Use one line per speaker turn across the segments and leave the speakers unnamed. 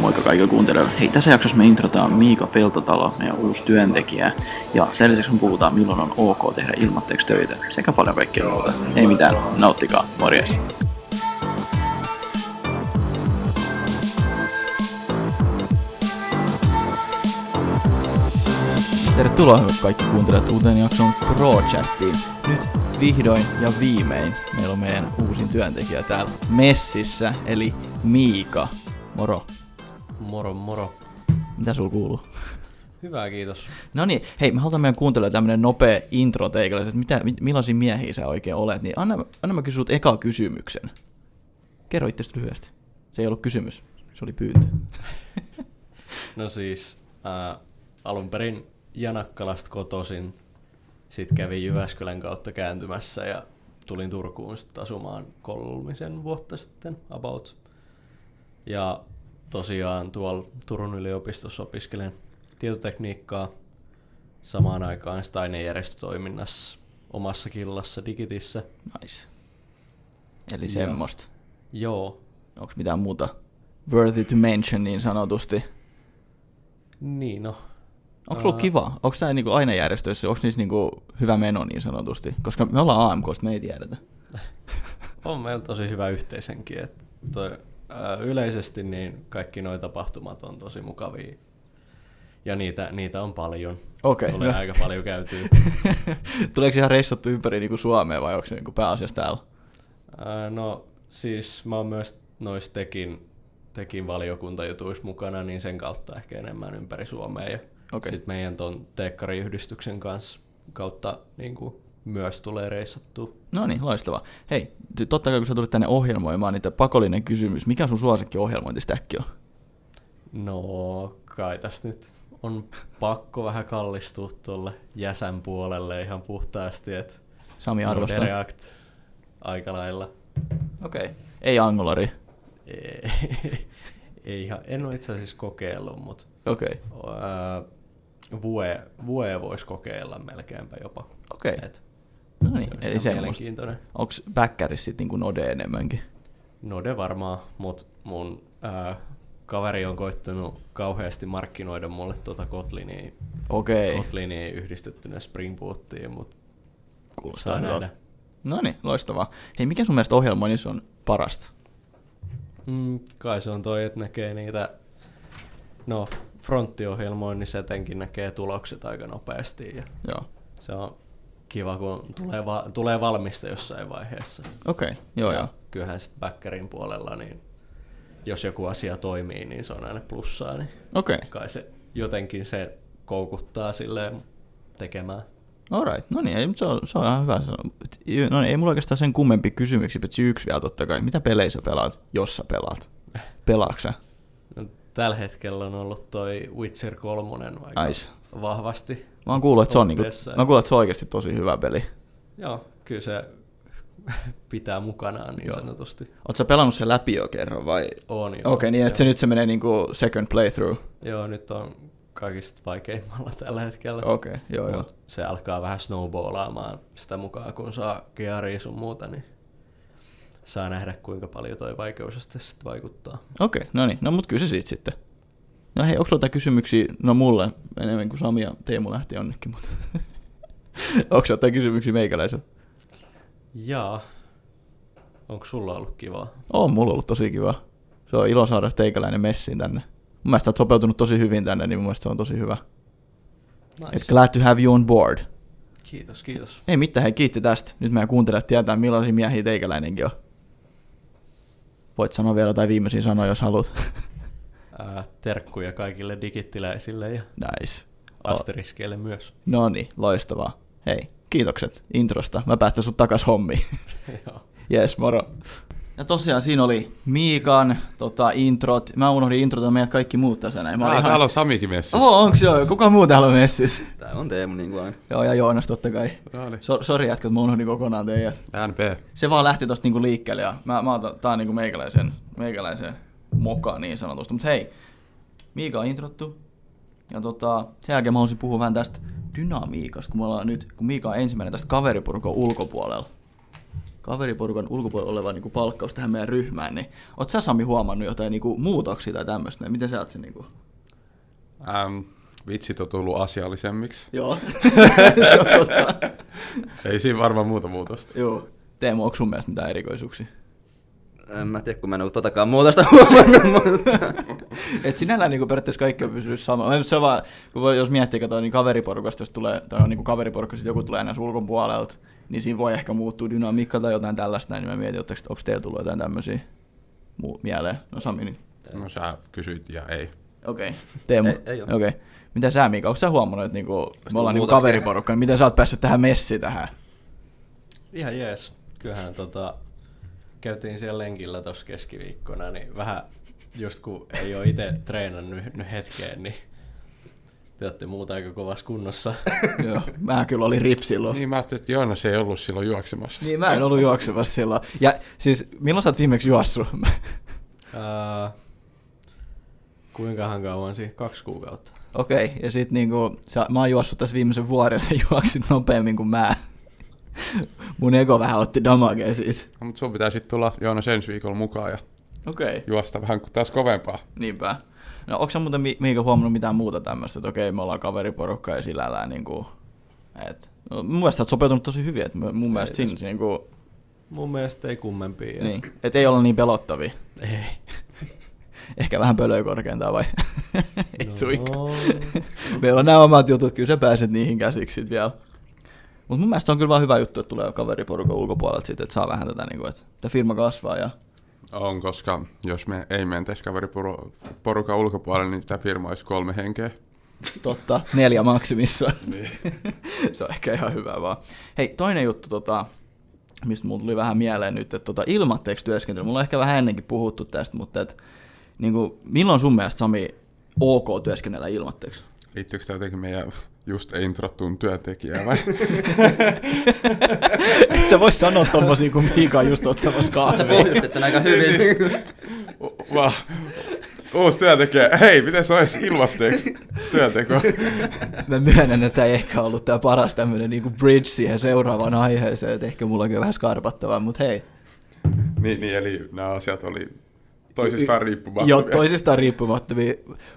Moikka kaikille kuuntelijoille. Hei, tässä jaksossa me introtaan Miika Peltotalo, meidän uusi työntekijä. Ja sen lisäksi me puhutaan, milloin on ok tehdä ilmoitteeksi töitä sekä paljon kaikkea muuta. Ei mitään, nauttikaa. Morjes.
Tervetuloa hyvät kaikki kuuntelijat uuteen jakson ProChattiin. Nyt vihdoin ja viimein meillä on meidän uusin työntekijä täällä messissä, eli Miika. Moro.
Moro moro.
Mitä sulla kuuluu?
Hyvä, kiitos.
No niin, hei, me halutaan meidän kuuntelijoille tämmönen nopea intro teikille, että mitä, mi- millaisia miehiä sä oikein olet, niin anna, anna mä kysyä sut eka kysymyksen. Kerro itsestä lyhyesti. Se ei ollut kysymys, se oli pyyntö.
No siis, ää, alun perin Janakkalasta kotoisin, sitten kävin Jyväskylän kautta kääntymässä ja tulin Turkuun sitten asumaan kolmisen vuotta sitten, about. Ja tosiaan tuolla Turun yliopistossa opiskelen tietotekniikkaa samaan aikaan Steiner-järjestötoiminnassa omassa killassa Digitissä.
Nice. Eli
Joo.
semmoista.
Joo,
Onko mitään muuta worthy to mention niin sanotusti?
niin no.
Onko ollut
Ää,
kiva? Onko nämä niinku aina järjestöissä, onko niissä niinku hyvä meno niin sanotusti? Koska me ollaan AMKsta, me ei tiedetä.
On meillä tosi hyvä yhteisenkin. Et toi, ää, yleisesti niin kaikki nuo tapahtumat on tosi mukavia. Ja niitä, niitä on paljon.
Okei,
Tulee
no.
aika paljon käytyä.
Tuleeko ihan reissattu ympäri niinku Suomea vai onko se niinku pääasiassa täällä?
Ää, no siis mä oon myös noissa tekin, tekin valiokuntajutuissa mukana, niin sen kautta ehkä enemmän ympäri Suomea. Ja
Okei.
sitten meidän ton teekkariyhdistyksen kanssa kautta niin kuin, myös tulee reissattua.
No niin, loistavaa. Hei, t- totta kai kun sä tulit tänne ohjelmoimaan, niin tää pakollinen kysymys. Mikä sun suosikki ohjelmointistäkki on?
No, kai tässä nyt on pakko vähän kallistua tuolle jäsän puolelle ihan puhtaasti, että
Sami arvostaa. Okei.
No, React aika lailla.
Okay. Ei angolari.
Ei, ei ihan, en ole itse asiassa kokeillut, mutta
Okei. Okay.
ää, Vue, Vue voisi kokeilla melkeinpä jopa.
Okei.
Et,
No
se
niin,
olisi
eli
ihan
semmoista.
Mielenkiintoinen.
Onks backeris sit niinku node enemmänkin?
Node varmaan, mutta mun ää, kaveri on koittanut kauheasti markkinoida mulle tuota Kotlinia,
Okei. Okay.
Kotlinia yhdistettynä Spring Bootiin, mutta
Kuulostaa
saa
hyvältä.
nähdä.
No niin, loistavaa. Hei, mikä sun mielestä ohjelmoinnissa on parasta?
Mm, kai se on toi, että näkee niitä, no fronttiohjelmoinnissa etenkin näkee tulokset aika nopeasti ja
Joo.
se on kiva, kun tulee, va- tulee valmista jossain vaiheessa.
Okei, okay. joo
Ja
joo.
Kyllähän sitten backerin puolella, niin jos joku asia toimii, niin se on aina plussaa, niin
Okei, okay.
kai se jotenkin se koukuttaa silleen tekemään.
alright. No niin, ei, mut se on, se on ihan hyvä. Se on- No niin, ei mulla oikeastaan sen kummempi kysymyksiä, paitsi yksi vielä totta kai. Mitä pelejä sä pelaat, jos sä pelaat? Pelaaksä?
No, tällä hetkellä on ollut toi Witcher 3 aika
Nice.
vahvasti.
Mä oon kuullut, että se on, niinku,
otteessa,
mä oon kuullut, että se on oikeasti tosi hyvä peli.
Joo, kyllä se pitää mukanaan niin
Joo.
Joo. sanotusti.
Oot sä pelannut sen läpi jo kerran vai? Okei,
On jo.
okay, niin että se
joo.
nyt se menee niinku second playthrough.
Joo, nyt on kaikista vaikeimmalla tällä hetkellä.
Okei, okay, joo joo.
Mut se alkaa vähän snowballaamaan sitä mukaan, kun saa gearia sun muuta, niin saa nähdä kuinka paljon toi vaikeusaste sit vaikuttaa.
Okei, okay, no niin. No mut kysy siitä sitten. No hei, onko sulla jotain kysymyksiä? No mulle, enemmän kuin Sami ja Teemu lähti jonnekin, mutta... onko jotain kysymyksiä meikäläisellä?
Jaa, onko sulla ollut kivaa?
On mulla ollut tosi kiva. Se on ilo saada teikäläinen messiin tänne. Mun mielestä oot sopeutunut tosi hyvin tänne, niin mun mielestä se on tosi hyvä. Nice. Et glad to have you on board.
Kiitos, kiitos.
Ei mitään, hei kiitti tästä. Nyt meidän kuuntelijat tietää, millaisia miehiä teikäläinenkin on. Voit sanoa vielä jotain viimeisiä sanoja, jos haluat.
Ää, terkkuja kaikille digittiläisille ja
nice.
asteriskeille myös.
No niin, loistavaa. Hei, kiitokset introsta. Mä päästän sut takas hommiin.
Joo.
Jes, moro. Ja tosiaan siinä oli Miikan tota, introt. Mä unohdin introta meidät kaikki muut tässä näin. Mä
Ah,
olin
täällä on Samikin messissä.
Oh, onks joo? Kuka muu täällä on messissä?
Tää on Teemu niinku aina.
Joo, ja Joonas totta kai.
Tää oli.
So, sori jätkät, mä unohdin kokonaan teidät.
NP.
Se vaan lähti tosta niinku liikkeelle ja mä, mä otan, tää on niinku meikäläisen, meikäläisen moka niin sanotusti. Mut hei, Miika on introttu. Ja tota, sen jälkeen mä haluaisin puhua vähän tästä dynamiikasta, kun me ollaan nyt, kun Miika on ensimmäinen tästä kaveriporukon ulkopuolella. kaveriporukan ulkopuolella olevaa niin kuin palkkaus tähän meidän ryhmään, niin oot sä Sami huomannut jotain niin kuin muutoksia tai tämmöistä? näin? Miten sä oot sen niin kuin...
Ähm, vitsit on tullut asiallisemmiksi.
Joo, se on totta.
Ei siinä varmaan muuta muutosta.
Joo. Teemu, onko sun mielestä mitään erikoisuuksia?
En mä tiedä, kun mä en ole totakaan muutosta huomannut, mutta...
Et sinällään niin periaatteessa kaikki on pysynyt sama. Se on vaan, kun voi, jos miettii, kato, niin kaveriporukasta, jos tulee, tai on niin kaveriporukka, sitten joku tulee enää ulkopuolelta, niin siinä voi ehkä muuttua dynamiikka tai jotain tällaista, näin, niin mä mietin, että onko teillä tullut jotain tämmöisiä muu- mieleen. No Sami, niin.
No sä kysyit ja ei.
Okei. Okay. Teemu,
Ei- ei oo.
okei. Mitä sä, Miika, onko sä huomannut, että niinku, me ollaan niinku
muutoksia?
kaveriporukka, niin miten sä oot päässyt tähän messi tähän?
Ihan jees. Kyllähän tota, käytiin siellä lenkillä tuossa keskiviikkona, niin vähän just kun ei ole itse treenannut nyt hetkeen, niin te olette muuta aika kovassa kunnossa.
Joo, mä kyllä olin rip silloin.
Niin mä ajattelin, että Joonas ei ollut silloin juoksemassa.
Niin, mä en ollut juoksemassa silloin. Ja siis, milloin sä oot viimeksi juossut?
Ää, kuinkahan kauan siinä? Kaksi kuukautta.
Okei, okay, ja sit niinku, sä, mä oon juossut tässä viimeisen vuoden, ja sä juoksit nopeammin kuin mä. Mun ego vähän otti damagea siitä.
No, mutta sun pitää sitten tulla Joonas ensi viikolla mukaan ja
Okei. Okay.
juosta vähän ku- taas kovempaa.
Niinpä. No onko sä muuten Mi- Miika huomannut mitään muuta tämmöistä, että okei me ollaan kaveriporukka ja sillä lailla niinku, et, no, mun mielestä sä oot sopeutunut tosi hyvin, että mun mun mielestä siinä niinku,
Mun mielestä ei kummempia.
niin, et ei olla niin pelottavia.
Ei.
Ehkä vähän pölöä korkeintaan vai? ei no. suinkaan.
No.
Meillä on nämä omat jutut, kyllä sä pääset niihin käsiksi sit vielä. Mutta mun mielestä se on kyllä vaan hyvä juttu, että tulee kaveriporukan ulkopuolelta sit, että saa vähän tätä, niinku, että tää firma kasvaa ja
On, koska jos me ei mentäisi kaveriporukan ulkopuolelle, niin tämä firma olisi kolme henkeä.
Totta, neljä maksimissa. se on ehkä ihan hyvä vaan. Hei, toinen juttu, tota, mistä mulla tuli vähän mieleen nyt, että tota, ilmatteeksi työskentely, mulla on ehkä vähän ennenkin puhuttu tästä, mutta et, niin kuin, milloin sun mielestä Sami ok työskennellä ilmatteeksi?
Liittyykö tämä jotenkin meidän just introttuun työntekijään vai?
Et sä voi sanoa tommosia, kun Miika on just ottamassa
Sä
kahvia.
pohjustit sen aika hyvin.
Siis U- vaan. Uusi työntekijä. Hei, miten se olisi ilmatteeksi työnteko?
Mä myönnän, että tämä ei ehkä ollut tämä paras tämmöinen niinku bridge siihen seuraavaan aiheeseen, että ehkä mulla on kyllä vähän skarpattavaa, mutta hei.
niin, niin, eli nämä asiat oli toisistaan riippumatta.
Joo, toisistaan riippumattomia.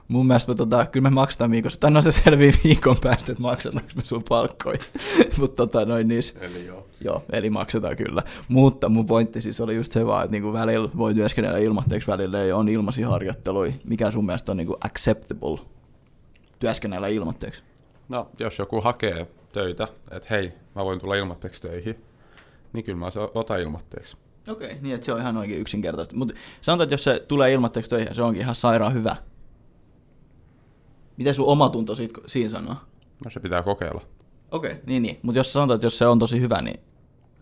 Mun mielestä me, tota, kyllä me maksetaan viikossa. Tai no se selvii viikon päästä, että maksetaanko me sun palkkoja. Mutta tota, noin niin.
Eli joo.
Joo, eli maksetaan kyllä. Mutta mun pointti siis oli just se vaan, että niinku välillä voi työskennellä ilmatteeksi, välillä ei on ilmaisia harjoitteluja. Mikä sun mielestä on niinku acceptable työskennellä ilmatteeksi?
No, jos joku hakee töitä, että hei, mä voin tulla ilmatteeksi töihin, niin kyllä mä se otan ilmatteeksi.
Okei, okay, niin että se on ihan oikein yksinkertaista. Mutta sanotaan, että jos se tulee ilmatteeksi töihin, se onkin ihan sairaan hyvä. Mitä sun omatunto siitä, siinä sanoo?
No se pitää kokeilla.
Okei, niin niin. Mutta jos sanotaan, että jos se on tosi hyvä, niin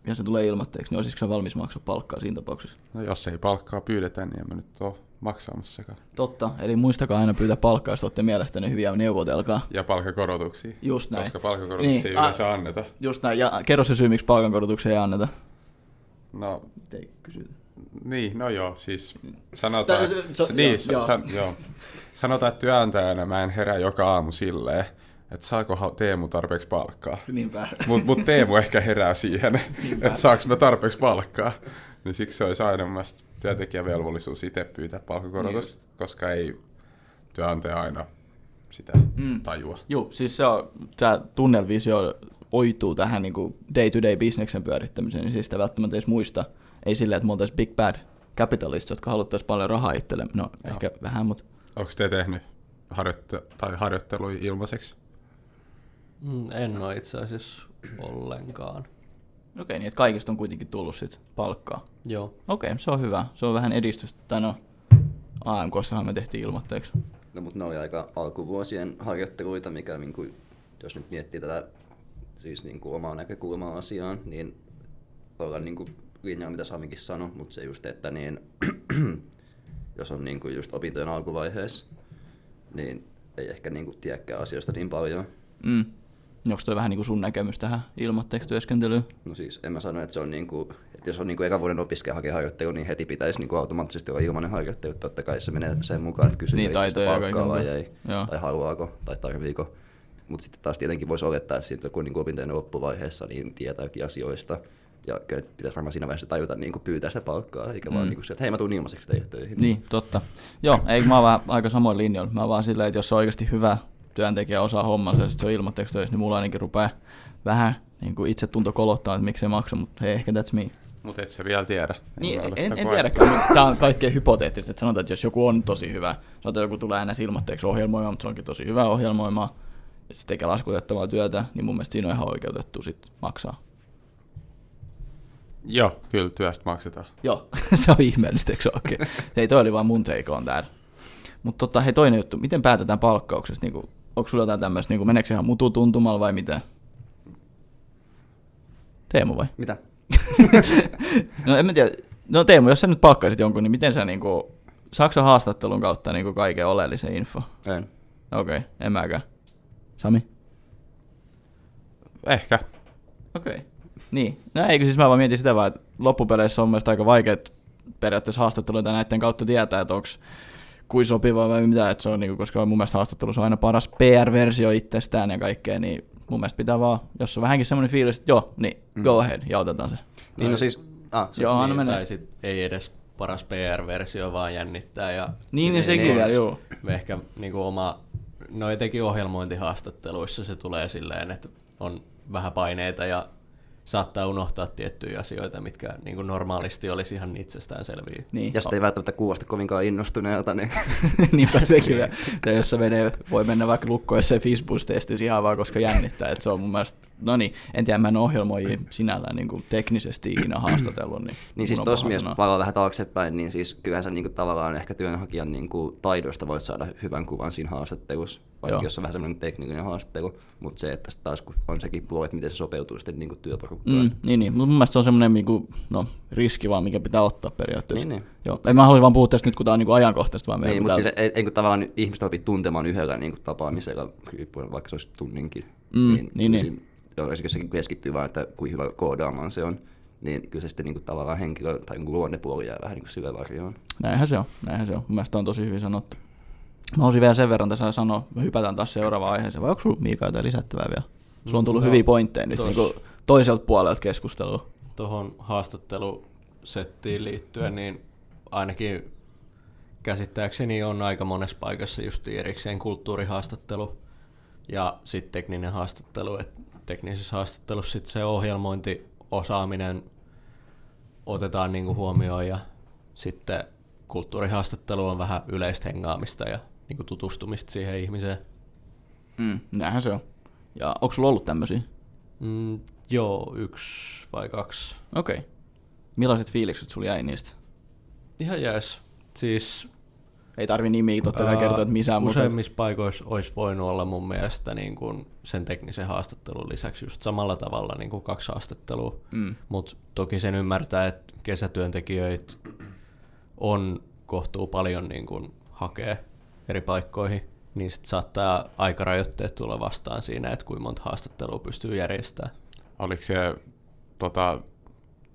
ja se tulee ilmatteeksi, niin olisitko sä valmis maksaa palkkaa siinä tapauksessa?
No jos ei palkkaa pyydetä, niin en mä nyt ole maksaamassakaan.
Totta, eli muistakaa aina pyytää palkkaa, jos te olette mielestäni hyviä, neuvotelkaa.
Ja palkkakorotuksia.
Just näin.
Koska palkkakorotuksia
Niin,
niin.
a-
ei yleensä anneta.
Just näin, ja kerro se syy, miksi palkankorotuksia ei anneta.
No,
Ei kysytä.
niin, no joo, siis sanotaan,
Tää- se-
että,
se- joo,
niin, sa-
joo.
sa- joo. sanotaan, että työntäjänä mä en herää joka aamu silleen, että saako ha- Teemu tarpeeksi palkkaa.
Niinpä.
Mutta mut Teemu ehkä herää siihen, että saaks mä tarpeeksi palkkaa. Niin siksi se olisi aina mun mielestä työntekijän velvollisuus itse pyytää palkkakorotusta, koska ei työnantaja aina sitä
Mm.
tajua.
Joo, siis se on, tämä tunnelvisio oituu tähän niin day-to-day bisneksen pyörittämiseen, niin siis sitä välttämättä edes muista. Ei silleen, että me oltaisiin big bad capitalists, jotka haluttaisiin paljon rahaa itselle. No, Joo. ehkä vähän, mutta
Onko te tehnyt harjoitte- tai harjoittelui ilmaiseksi?
Mm, en ole itse asiassa ollenkaan.
okei, okay, niin että kaikista on kuitenkin tullut sit palkkaa.
Joo.
Okei, se on hyvä. Se on vähän edistystä. Tai no, AMKssahan me tehtiin ilmoitteeksi.
No mutta ne oli aika alkuvuosien harjoitteluita, mikä niin kuin, jos nyt miettii tätä siis niin kuin omaa näkökulmaa asiaan, niin ollaan niin kuin linjaa, mitä Samikin sanoi, mutta se just, että niin, jos on niin kuin just opintojen alkuvaiheessa, niin ei ehkä niin kuin tiedäkään asioista niin paljon.
Mm. Onko toi vähän niin kuin sun näkemys tähän ilmoitteeksi työskentelyyn?
No siis en mä sano, että se on niin kuin, että jos on niin kuin ekan vuoden opiskelija hakee harjoittelu, niin heti pitäisi niin kuin automaattisesti olla ilmainen harjoittelu. Totta kai se menee sen mukaan, että kysyy
Niin,
että
taitoja ja
palkkaa vai
kaiken-
ei,
joo.
tai haluaako, tai tarviiko. niinku Mutta sitten taas tietenkin voisi olettaa, että sitten kun niin opintojen loppuvaiheessa niin tietääkin asioista, Ja kyllä nyt pitäisi varmaan siinä vaiheessa tajuta niin kuin pyytää sitä palkkaa, eikä mm. vaan niin kuin, että hei mä tuun ilmaiseksi teille töihin.
Niin, totta. Joo, ei mä oon vähän aika samoin linjoilla. Mä vaan silleen, että jos se on oikeasti hyvä työntekijä osaa hommansa ja sit se on ilmoitteeksi töissä, niin mulla ainakin rupeaa vähän niin kuin itse tunto kolottaa, että miksei maksa, mutta hei, ehkä that's me.
Mutta et sä vielä tiedä.
Niin,
Ei
en,
ole
en,
sitä
en
koettu.
tiedäkään, mutta tämä on kaikkein hypoteettista, että sanotaan, että jos joku on tosi hyvä, sanotaan, että joku tulee ns. ilmoitteeksi ohjelmoimaan, mutta se onkin tosi hyvä ohjelmoimaan, ja sitten tekee laskutettavaa työtä, niin mun mielestä siinä on ihan oikeutettu sit maksaa.
Joo, kyllä työstä maksetaan.
Joo, se on ihmeellistä, eikö se oikein? Hei, toi oli vaan mun teikoon täällä. Mutta tota, hei toinen juttu, miten päätetään palkkauksesta? Niinku, onko sulla jotain tämmöistä, niinku, meneekö se ihan mutu tuntumalla vai mitä? Teemu vai?
Mitä?
No en mä tiedä, no Teemu, jos sä nyt palkkaisit jonkun, niin miten sä niinku, saako haastattelun kautta niinku kaiken oleellisen info? No
En.
Okei, okay, en mäkään. Sami?
Ehkä.
Okei. Okay. Niin. No eikö siis mä vaan mietin sitä vaan, että loppupeleissä on mielestäni aika vaikeat periaatteessa haastatteluita näiden kautta tietää, että onko kuin sopiva vai mitä, että se on, niinku, koska mun mielestä haastattelussa on aina paras PR-versio itsestään ja kaikkea, niin mun mielestä pitää vaan, jos on vähänkin semmoinen fiilis, että joo, niin go ahead ja otetaan se.
Niin no siis, ah, se,
Joo, anna
niin,
mennä.
tai sit ei edes paras PR-versio, vaan jännittää. Ja
Niin, niin
sit ei
sekin vielä,
ole
joo.
Ehkä niinku oma, no etenkin ohjelmointihaastatteluissa se tulee silleen, että on vähän paineita ja saattaa unohtaa tiettyjä asioita, mitkä niinku normaalisti olisi ihan itsestäänselviä.
Niin.
ja sitten ei välttämättä kuulosta kovinkaan innostuneelta, niin
Niinpä sekin vielä. Tai jos se menee, voi mennä vaikka lukkoon se Facebook-testissä ihan vaan, koska jännittää. Että se on mun mielestä, no niin, en tiedä, mä en ohjelmoi sinällään niin kuin teknisesti ikinä haastatellut. Niin,
Niin siis tuossa mielessä palaa vähän taaksepäin, niin siis kyllähän sä niinku tavallaan ehkä työnhakijan niinku taidoista voit saada hyvän kuvan siinä haastattelussa,
Joo.
vaikka jos on vähän semmoinen tekninen haastattelu, mutta se, että sit taas kun on sekin puoli, että miten se sopeutuu sitten niinku
Mm,
työporukkaan. Mm.
niin, niin. Mun mielestä se on semmoinen niinku, no, riski vaan, mikä pitää ottaa periaatteessa.
Niin, niin.
Joo. En mä halua vaan puhua tästä nyt, kun tää on niinku ajankohtaista. Vaan meidän
Ei, mutta
pitää-
siis ei, ei, kun tavallaan ihmiset opit tuntemaan yhdellä niinku tapaamisella, riippuen vaikka se olisi tunninkin,
Mm, niin,
kyllä
niin.
siinä- joo, jos sekin keskittyy vaan, että kuinka hyvä koodaamaan se on, niin kyllä se sitten niinku tavallaan henkilö tai niinku luonnepuoli jää vähän niinku sille varjoon.
Näinhän se on, näinhän se on. Mun mielestä toi on tosi hyvin sanottu. Mä olisin vielä sen verran tässä sanoa, me hypätään taas seuraavaan aiheeseen. Vai onko sulla Miika jotain lisättävää vielä? Sulla on tullut
No,
hyviä pointteja nyt
tos.
niinku toiselta puolelta keskustelua.
tuohon haastattelusettiin liittyen, niin ainakin käsittääkseni on aika monessa paikassa just erikseen kulttuurihaastattelu ja sitten tekninen haastattelu. Et teknisessä haastattelussa sit se ohjelmointiosaaminen otetaan niinku huomioon ja sitten kulttuurihaastattelu on vähän yleistä hengaamista ja niinku tutustumista siihen ihmiseen.
Mm, näinhän se on. Ja onko sulla ollut tämmöisiä?
Mm, joo, yksi vai kaksi
Okei. Okay. Millaiset fiilikset sulla jäi niistä?
Ihan jees. Siis
Ei tarvi nimiä totta kai
ää,
kertoa, että missä, mutta...
Useimmissa paikoissa olisi voinut olla mun mielestä niin kuin sen teknisen haastattelun lisäksi just samalla tavalla niin kuin kaksi haastattelua.
Mm.
Mutta toki sen ymmärtää, että kesätyöntekijöitä on kohtuu paljon niin kuin hakee eri paikkoihin, niin sit saattaa aikarajoitteet tulla vastaan siinä, että kuinka monta haastattelua pystyy järjestämään.
Oliko se tota,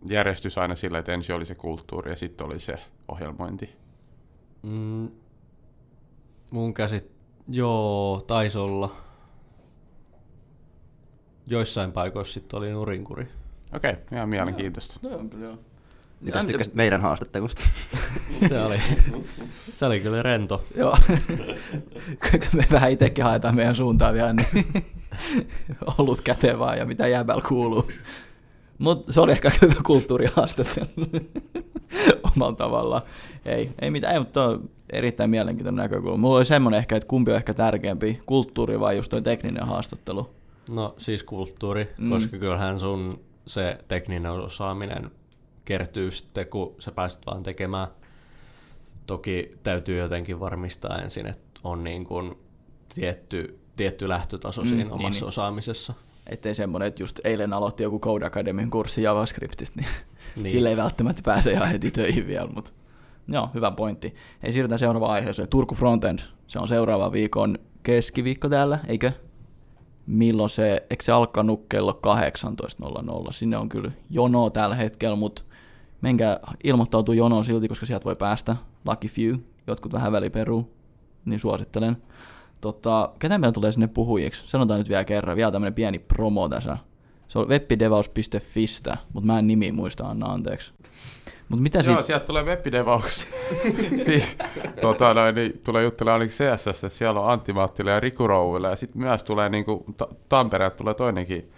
järjestys aina sillä, että ensin oli se kulttuuri ja sitten oli se ohjelmointi?
Mm, mun käsit... Joo, taisi olla. Joissain paikoissa sitten oli nurinkuri.
Okei, okay, ihan mielenkiintoista.
Toi on kyllä No, joo.
Mitäs
Mitä-
tykkäsit meidän haastattelusta?
Se oli, se oli kyllä rento.
Joo. Kuinka me vähän itsekin haetaan meidän suuntaan vielä, niin ollut kätevää ja mitä jäämällä kuuluu. Mutta se oli ehkä aika hyvä kulttuurihaastattelu omalla tavallaan. Ei, ei mitään, ei, mutta on erittäin mielenkiintoinen näkökulma. Mulla oli semmoinen ehkä, että kumpi on ehkä tärkeämpi, kulttuuri vai just toi tekninen haastattelu.
No siis kulttuuri,
Mm.
mm. koska kyllähän sun se tekninen osaaminen kertyy sitten, kun sä pääset vaan tekemään. Toki täytyy jotenkin varmistaa ensin, että on niin kuin tietty, tietty lähtötaso
Mm,
mm, siinä
niin,
omassa
niin.
osaamisessa.
Ettei semmoinen, että just eilen aloitti joku Code Academyn kurssi JavaScriptista, niin, niin.
Niin.
sille ei välttämättä pääse ihan heti töihin vielä, mutta joo, hyvä pointti. Ei siirrytään seuraavaan aiheeseen. Turku Frontend, se on seuraava viikon keskiviikko täällä, eikö? Milloin se, eikö se alkanut kello 18.00? Sinne on kyllä jono tällä hetkellä, mutta menkää ilmoittautuu jonoon silti, koska sieltä voi päästä. Lucky few, jotkut vähän väliperuu, niin suosittelen. Tota, ketä meillä tulee sinne puhujiksi? Sanotaan nyt vielä kerran, vielä tämmönen pieni promo tässä. Se on webpidevaus.fistä, mutta mä en nimi muista, anna anteeksi. Mutta mitä
Joo,
siitä?
sieltä tulee webbidevaus. tota, noin, niin, tulee juttelemaan ainakin CSS, että siellä on Antti Mattila ja Riku Rouvila, ja sitten myös tulee niin kuin, ta- Tampereelta tulee toinenkin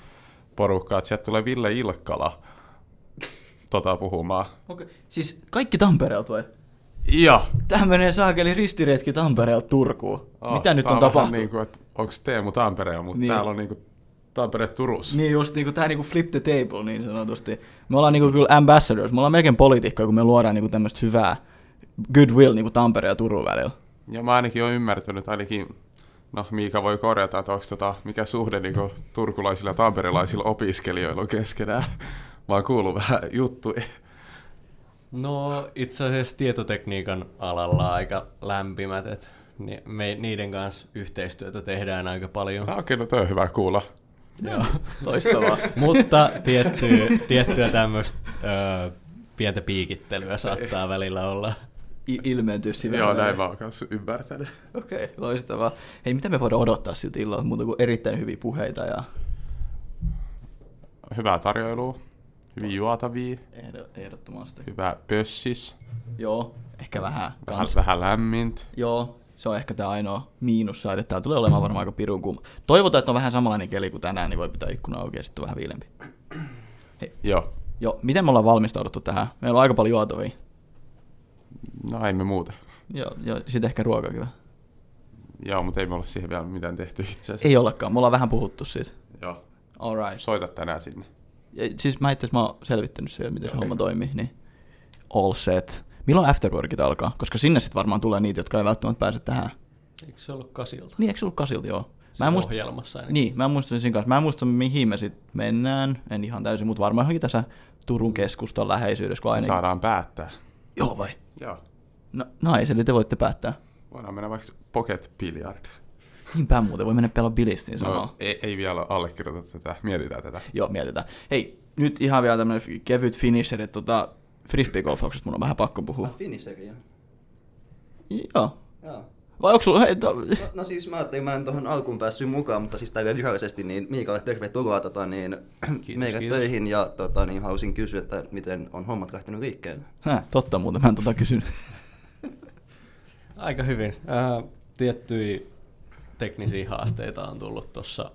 porukka, että sieltä tulee Ville Ilkkala tota, puhumaan.
Okay. Siis kaikki Tampereelta vai?
Ja,
Tähän menee saakeli ristiretki Tampereelta Turkuun. Oh, mitä nyt on tapahtunut?
Niin kuin, että onko Teemu Tampereella, mutta
Niin.
niin. täällä on niin kuin, Tampere Turussa.
Niin just niinku tää niinku flip the table niin sanotusti. Me ollaan niinku kyllä ambassadors, me ollaan melkein poliitikkoja, kun me luodaan niinku tämmöstä hyvää goodwill niinku Tampereen ja Turun välillä.
Ja mä ainakin olen ymmärtänyt, ainakin, no Miika voi korjata, että onko tota, mikä suhde niin turkulaisilla ja tamperilaisilla opiskelijoilla on keskenään. Mä oon kuullut vähän juttuja.
No itse asiassa tietotekniikan alalla aika lämpimät, et ni- me niiden kanssa yhteistyötä tehdään aika paljon.
Ah, Okei, okay, no toi on hyvä kuulla.
Joo, loistavaa.
Mutta tiettyä, tiettyä tämmöistä öö, pientä piikittelyä saattaa välillä olla.
I- ilmentyy siinä.
Joo, näin mä oon kanssa ymmärtänyt.
Okei, okay, loistavaa. Hei, mitä me voidaan odottaa siltä illalta muuta kuin erittäin hyviä puheita ja
Hyvää tarjoilua, hyvin juotavia,
Ehdo, ehdottomasti.
hyvää pössis,
Joo, ehkä vähän
vähän,
kans.
vähän lämmint.
Joo, se on ehkä tämä ainoa miinussaide. Tää tulee olemaan varmaan aika pirun kuuma. Toivotaan, että on vähän samanlainen keli kuin tänään, niin voi pitää ikkuna auki ja sitten on vähän viilempi.
Joo,
Joo, miten me ollaan valmistauduttu tähän? Meillä on aika paljon juotavia.
no ei me muuta.
Joo, joo sitten ehkä ruoka kyllä.
Joo, mutta ei me olla siihen vielä mitään tehty itse asiassa.
Ei olekaan, me ollaan vähän puhuttu siitä.
Joo,
Alright.
soita tänään sinne.
Ja, siis mä itse asiassa mä oon selvittänyt se, miten se
Joo,
homma
ei.
toimii, niin all set. Milloin afterworkit alkaa? Koska sinne sitten varmaan tulee niitä, jotka ei välttämättä pääse tähän.
Eikö se ollut kasilta?
Niin, eikö se ollut kasilta, joo? Mä
Siinä
en muista,
ohjelmassa ainakin.
niin, mä en muista sen kanssa. Mä en muista, mihin me sitten mennään. En ihan täysin, mutta varmaan johonkin tässä Turun keskustan läheisyydessä, kun aina...
Saadaan päättää.
Joo vai?
Joo,
No, nice, eli te voitte päättää.
voidaan mennä vaikka pocket billiard.
Niinpä muuten, voi mennä pelaamaan bilistiin samalla.
No, ei, ei vielä allekirjoita tätä, mietitään tätä.
Joo, mietitään. Hei, nyt ihan vielä tämmönen kevyt finisher, että tota, frisbeegolfauksesta mun on vähän pakko
Ah,
puhua.
finisheria.
Ah.
Joo.
Joo.
Vai onko sulla, hei, to,
No, no siis mä ajattelin, mä en tuohon alkuun päässyt mukaan, mutta siis täällä virallisesti, niin Miikalle tervetuloa tota, niin, kiitos, meidän
kiitos.
kiitos. töihin ja tota, niin, halusin kysyä, että miten on hommat lähtenyt liikkeelle.
Häh, totta muuten, mä en tota kysynyt.
Aika hyvin. Ää, tiettyjä teknisiä haasteita on tullut tuossa,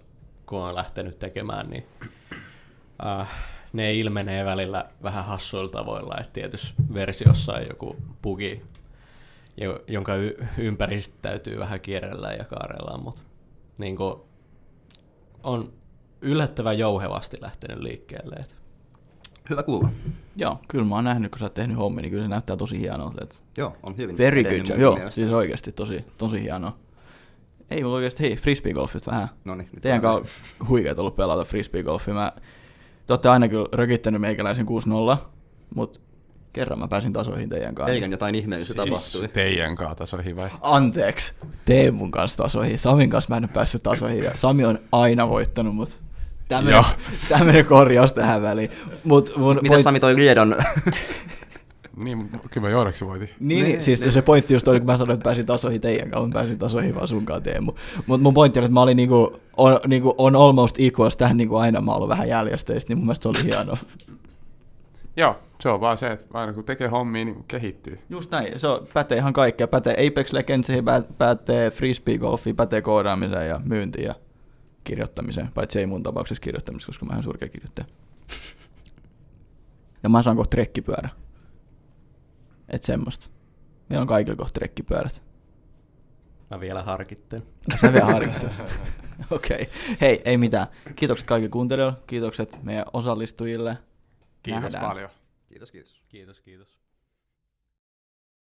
kun on lähtenyt tekemään, niin ää, ne ilmenee välillä vähän hassuilla tavoilla, että tietyssä versiossa on joku bugi, jo- jonka y- ympäristö täytyy vähän kierrellä ja kaarella, mutta niin on yllättävän jouhevasti lähtenyt liikkeelle. Et
Hyvä kuulla.
Joo, kyllä mä oon nähnyt, kun sä oot tehnyt hommi, niin kyllä se näyttää tosi hienolta. et
Joo, on hyvin.
Very
edennyt
good job.
mun
Joo,
mielestä.
siis oikeasti tosi, tosi hienoa. Ei mulla oikeasti, hei, frisbeegolfista vähän.
Noniin, No, niin, nyt
Teidän
vähän.
kanssa on huikeet ollut pelata frisbeegolfia. Mä, te ootte aina kyllä rökittänyt meikäläisen 6-0, mutta kerran mä pääsin tasoihin teidän kanssa.
Eikä jotain ihmeellistä
Siis
tapahtui.
Siis Teidän kaatasoihin vai?
Anteeksi, Teemun kanssa tasoihin. Samin kanssa mä en ole päässyt tasoihin. Ja Sami on aina voittanut, mutta tämmönen,
Joo.
tämmönen korjaus tähän väliin. Mut mun
Miten Sami toi Liedon?
Niin, mut kyllä mä johdaksi voitin.
Niin, niin, siis se pointti just oli, kun mä sanoin, että pääsin tasoihin teidän kanssa, mä pääsin tasoihin vaan sunkaan Teemu. Mutta mun pointti oli, että mä olin niinku, on, niinku, on almost equals tähän niinku aina, mä oon ollut vähän jäljessä teistä, niin mun mielestä se oli hienoa.
Joo, se on vaan se, että aina kun tekee hommia, niin kehittyy.
Just näin, se on, pätee ihan kaikkea. Pätee Apex Legendsiin, pä- pätee frisbeegolfiin, pätee koodaamiseen ja myyntiin ja kirjoittamiseen. Paitsi ei mun tapauksessa kirjoittamisessa, koska mä oon surkea kirjoittaja. Ja mä saan kohta trekkipyörä. Et semmoista. Meillä on kaikilla kohta trekkipyörät.
mä vielä harkitten.
Sä vielä harkitset. Okei. Okay. Hei, ei mitään. Kiitokset kaikille kuuntelijoille, kiitokset meidän osallistujille.
Kiitos
Nähdään.
paljon.
kiitos, kiitos.
Kiitos, kiitos.